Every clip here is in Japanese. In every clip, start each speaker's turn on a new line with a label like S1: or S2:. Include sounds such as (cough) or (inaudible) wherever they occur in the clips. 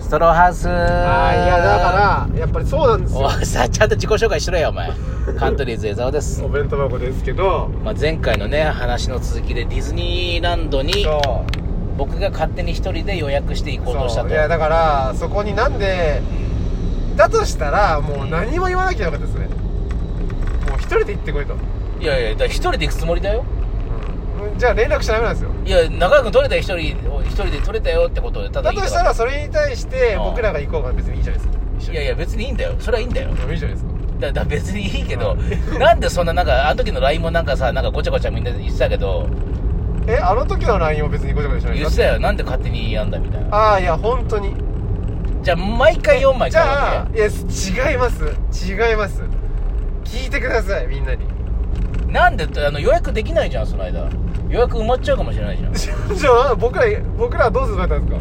S1: ストローハウス
S2: あーいやだからやっぱりそうなんですよ
S1: おいさちゃんと自己紹介しろよお
S2: (laughs)
S1: 前カントリーズ江沢です
S2: お、弁当箱ですけど
S1: まあ、前回のね話の続きでディズニーランドに
S2: そう
S1: 僕が勝手に一人で予約して行こうとした
S2: そう
S1: と
S2: いやだからそこになんでだとしたらもう何も言わなきゃよかったですねもう一人で行ってこいと、
S1: いやいやだから一人で行くつもりだよ
S2: うんじゃあ連絡しちゃダメなんですよ
S1: いや中居君取れた一人を一人で取れたよってことでただ
S2: だ
S1: 言
S2: と
S1: い
S2: した
S1: たから
S2: それに対して僕らが行こうが別にいいじゃないですか一
S1: い
S2: 緒に
S1: やいや別にいいんだよそれはいいんだよ
S2: でもいいじゃないですか
S1: だだ別にいいけどなんでそんななんかあの時の LINE もなんかさなんかごちゃごちゃみんなで言ってたけど
S2: えあの時の LINE を別にごちゃごちゃしない
S1: 言ってたよなんで勝手にやんだみたいな
S2: ああいや本当に
S1: じゃあ毎回4枚
S2: じ
S1: 買う
S2: ゃ
S1: わ
S2: あいや違います違います聞いてくださいみんなに
S1: けなんでってあの予約できないじゃんその間予約埋まっちゃうかもしれないじ
S2: (laughs)
S1: ゃん
S2: じゃあ僕ら僕らはどうするんだったんで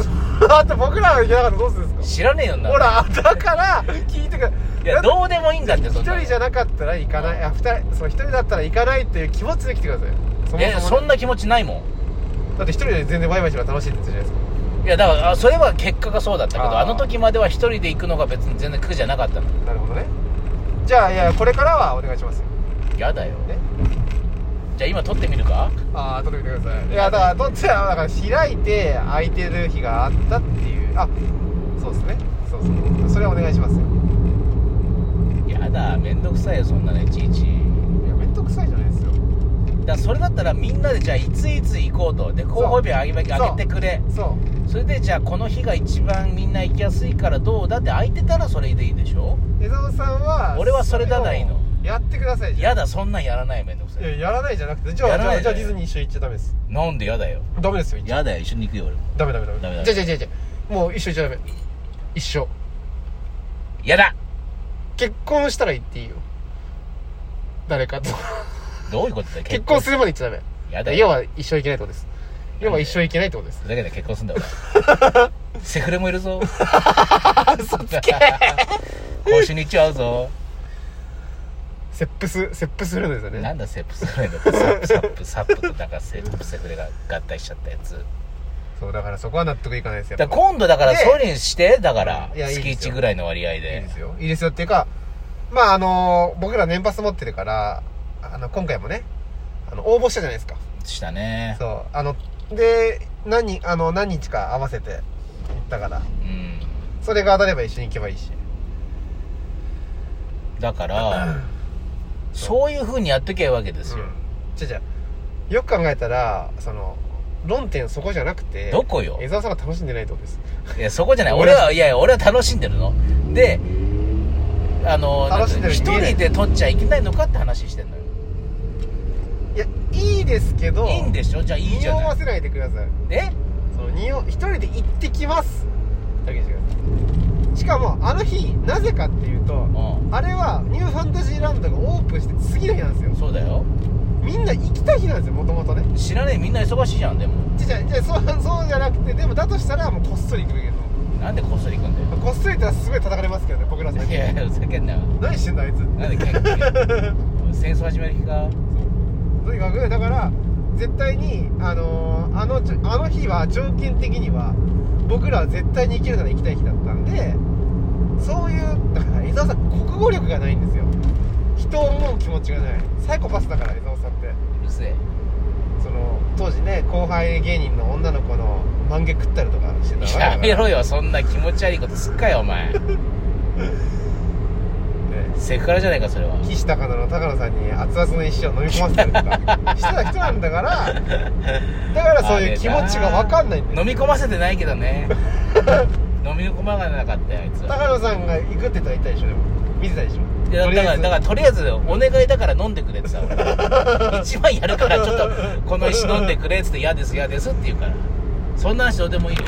S2: すか (laughs) あと僕らが行けなかったらどうするんです
S1: 知らねえよ
S2: か
S1: な
S2: ほらだから聞いてください
S1: いやどうでもいいんだってそ
S2: 一
S1: んなの
S2: 人じゃなかったら行かないあ二人そう一人だったら行かないっていう気持ちで来てくださいそもそもね、
S1: えそんな気持ちないも
S2: だって一人で全然ワイワイしたら楽しいって言ってたじゃないですか
S1: んいやだからあそれは結果がそうだったけど
S2: あー
S1: あの時までは一人で行くのが別に全然苦じゃなかったの
S2: なるほどねじゃあいやこれからはお願いしますよ
S1: やだよ
S2: ね
S1: じゃあ今撮ってみるか
S2: ああ撮ってみてくださいいやだからどっちらだから開いて空いてる日があったっていうあそうですねそうそうそれはお願いしますよ
S1: やだめんどくさいよそんなのいちいち
S2: いやめんどくさいじゃないですよ
S1: だからそれだったらみんなでじゃあいついつ行こうとで候補日あげあ
S2: そう
S1: げてくれ
S2: そ
S1: それでじゃあこの日が一番みんな行きやすいからどうだって空いてたらそれでいいでしょ
S2: う江澤さんは
S1: 俺はそれだな
S2: を
S1: いいの
S2: やってくださいじゃ
S1: やだそんなんやらないめんどくさ
S2: んい
S1: い
S2: ややらないじゃなくてじゃ
S1: や
S2: あ
S1: ら
S2: じゃ
S1: ない
S2: あ
S1: じ
S2: じ
S1: ゃ
S2: ゃ
S1: ん
S2: あディズニー一緒に行っちゃダメです
S1: なんでやだよ
S2: ダメですよ行っちゃ
S1: やだよ一緒に行くよ俺も
S2: ダメダメダメ
S1: ダメダメ
S2: じゃあじゃあじゃあじゃあもう一緒に行っちゃダメ一緒
S1: やだ
S2: 結婚したら行っていいよ誰かと
S1: どういうことだよ
S2: 結婚するまで行っちゃダメ
S1: やだ
S2: 要
S1: よ
S2: は一生行けないってことです要は一生行けないってことです
S1: ふざけんな結婚すんだよお (laughs) 前セフレもいるぞ
S2: (laughs)
S1: 嘘つけ (laughs) 公衆に一応会うぞ
S2: セップスセップスするんですよね
S1: なんだセップスフレンドってサップサップサップとなんかセップセフレが合体しちゃったやつ
S2: そうだからそこは納得いかないですよ
S1: だから今度だから
S2: で
S1: そういうのにしてだから
S2: いやいいですよ
S1: 月1ぐらいの割合
S2: いい
S1: で
S2: ですよいいですよっていうかまああの僕ら年パス持ってるからあの今回もねあの応募したじゃないですか
S1: したね
S2: そうあので何あの何日か合わせて行ったから
S1: うん
S2: それが当たれば一緒に行けばいいし
S1: だからそういうふうにやってけばいいわけですよ、
S2: じゃじゃよく考えたらその論点そこじゃなくて
S1: どこよ
S2: 江澤さんが楽しんでないってことです
S1: いやそこじゃない俺
S2: 俺は
S1: はいやいや俺は楽しんでるのであのなん
S2: 楽
S1: て
S2: しんでる
S1: 一
S2: 見えない
S1: 人で撮っちゃいけないのかって話してんのよ
S2: いやいいですけど
S1: いいんでしょじゃあいいじゃ
S2: 匂
S1: な
S2: わ
S1: い
S2: せないでください
S1: え
S2: その匂い一人で行ってきますだけにしてくださいしかもあの日なぜかっていうと
S1: う
S2: あれはニューファンタジーランドがオープンして次の日なんですよ
S1: んそうだよ
S2: みんな行きたい日なんですよもともとね
S1: 知らねえみんな忙しいじゃんでも
S2: じゃあじゃあそうそうじゃなくてでもだとしたらもうこっそり行くべきです
S1: なんでこっそり行くんだよ
S2: こっそり行ったらすごい叩かれますけどね僕ら
S1: いやいやふざけんなよ
S2: 何してんだあいつ
S1: なんで結構戦争始める気か
S2: そうとにかくだから絶対にあのーあのちょあの日は条件的には僕らは絶対に行けるなら行きたい日だったんでそういうだから伊沢さん国語力がないんですよ人を思う気持ちがないサイコパスだから伊沢さんって
S1: うるせえ
S2: その当時ね後輩芸人の女の子の万華食ったりとかしてたわけだから
S1: やめろよそんな気持ち悪いことすっかよお前
S2: ね
S1: セクハラじゃないかそれは
S2: 岸高野の高野さんに熱々の石を飲み込ませたりとかしてた人なんだからだからそういう気持ちが分かんないんだよ
S1: 飲み込ませてないけど
S2: (laughs)
S1: ね飲み込まなかったよあいつは
S2: 高野さんが行くって言ったら行ったでしょでも見てたでしょ
S1: いや
S2: と
S1: だ
S2: り
S1: か
S2: あ
S1: ら
S2: えず
S1: だからとりあえずお願いだから飲んでくれってさ俺
S2: (laughs)
S1: 一番やるからちょっとこの石飲んでくれっつって嫌です嫌ですって言うからそんな話どうでもいいよ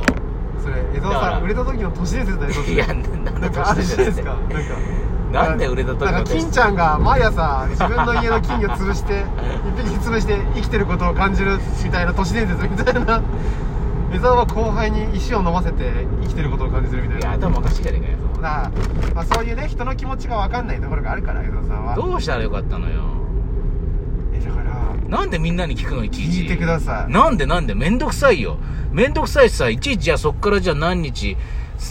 S2: それ江
S1: だ
S2: 戸
S1: か
S2: さ
S1: ら
S2: ん売れた時の年ですよ大
S1: いやなん
S2: な
S1: で
S2: んかあ
S1: 年
S2: るじゃ
S1: して
S2: ない
S1: るん
S2: で
S1: だ
S2: すか
S1: よ
S2: なんか
S1: なんで売れた時の
S2: なんか金ちゃんが毎朝自分の家の金魚潰して
S1: (laughs)
S2: 一匹潰して生きてることを感じるみたいな都市伝説みたいな江沢は後輩に石を飲ませて生きてることを感じるみたい
S1: いや
S2: なだか
S1: 頭おかしいじゃねえかよ
S2: ら、まあ、そういうね人の気持ちが分かんないところがあるから江沢さんは
S1: どうしたらよかったのよ
S2: えだから
S1: なんでみんなに聞くのいちいち
S2: 聞いてください
S1: なんでなんでめんどくさいよめんどくさいしさいちいちじゃあそっからじゃあ何日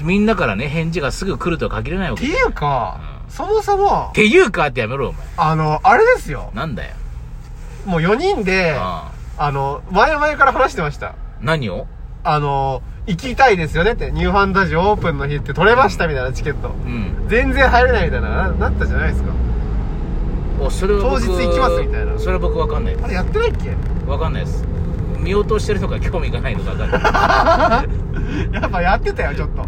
S1: みんなからね返事がすぐ来るとは限らないわ
S2: って
S1: けっ
S2: いうか、
S1: うん
S2: そもそも
S1: ていうかってやめろお前
S2: あのあれですよ
S1: なんだよ、
S2: もう4人であ
S1: あ
S2: の前々から話してました
S1: あ何を
S2: あの行きたいですよねってニューファンタジーオープンの日って取れましたみたいなチケット
S1: うん
S2: 全然入れないみたいなななったじゃないですか
S1: おそれは僕
S2: 当日行きますみたいな
S1: それは僕わかんない
S2: あれやってないっけ (laughs)
S1: わかんないです見落としてるのか興味がないのかわかん
S2: (laughs)
S1: ない
S2: やっぱやってたよちょっと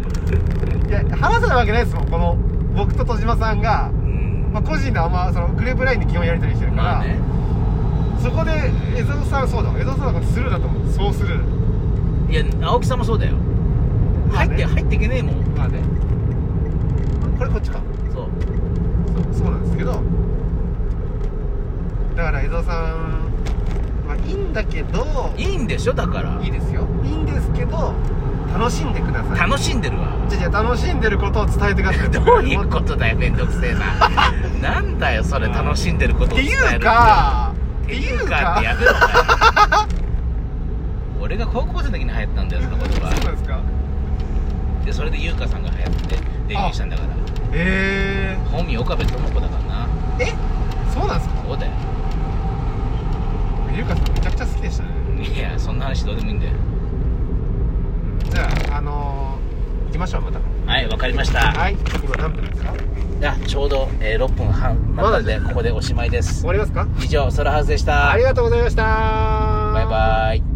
S2: いや話せないわけないですもんこの僕と戸島さんが、
S1: うん
S2: まあ、個人であんまそのグループラインで基本やり取りしてるから、
S1: まあね
S2: そこで江澤さんそうだ江澤さんなんかスルーだと思うそうする
S1: いや青木さんもそうだよ
S2: まあ
S1: 入っ
S2: ね
S1: て入っていけねえもん
S2: まあねこれこっちか
S1: そう
S2: そうそうなんですけどだから江澤さんはいいんだけど
S1: いいんでしょだから
S2: いいですよいいんですけど楽しんでください
S1: 楽しんでるわ
S2: じゃあじゃあ楽しんでることを伝えてください
S1: どういうことだよめんどくせえな
S2: (laughs)
S1: なんだよそれ楽しんでること
S2: っ
S1: を
S2: て
S1: 伝える
S2: いうかって
S1: ってい
S2: いうう
S1: か
S2: か
S1: ってやめろお前俺が高校生の時に流行ったんだよその言
S2: そうな
S1: 葉
S2: んですか
S1: でそれで優香さんが流行ってデビューしたんだから
S2: え
S1: 本名岡部智子だからな
S2: ー、えそうなんですか
S1: そうだよ
S2: ゆうかさんめちゃくちゃ好きでしたね
S1: いやそんな話どうでもいいんだよ
S2: じゃああのー、行きましょうまた
S1: はいわかりました
S2: はい今何分ですか
S1: あちょうど、えー6分半なったんでここでおしまいです
S2: 終わりますか
S1: 以上ソラハウスでした
S2: ありがとうございました
S1: バイバイ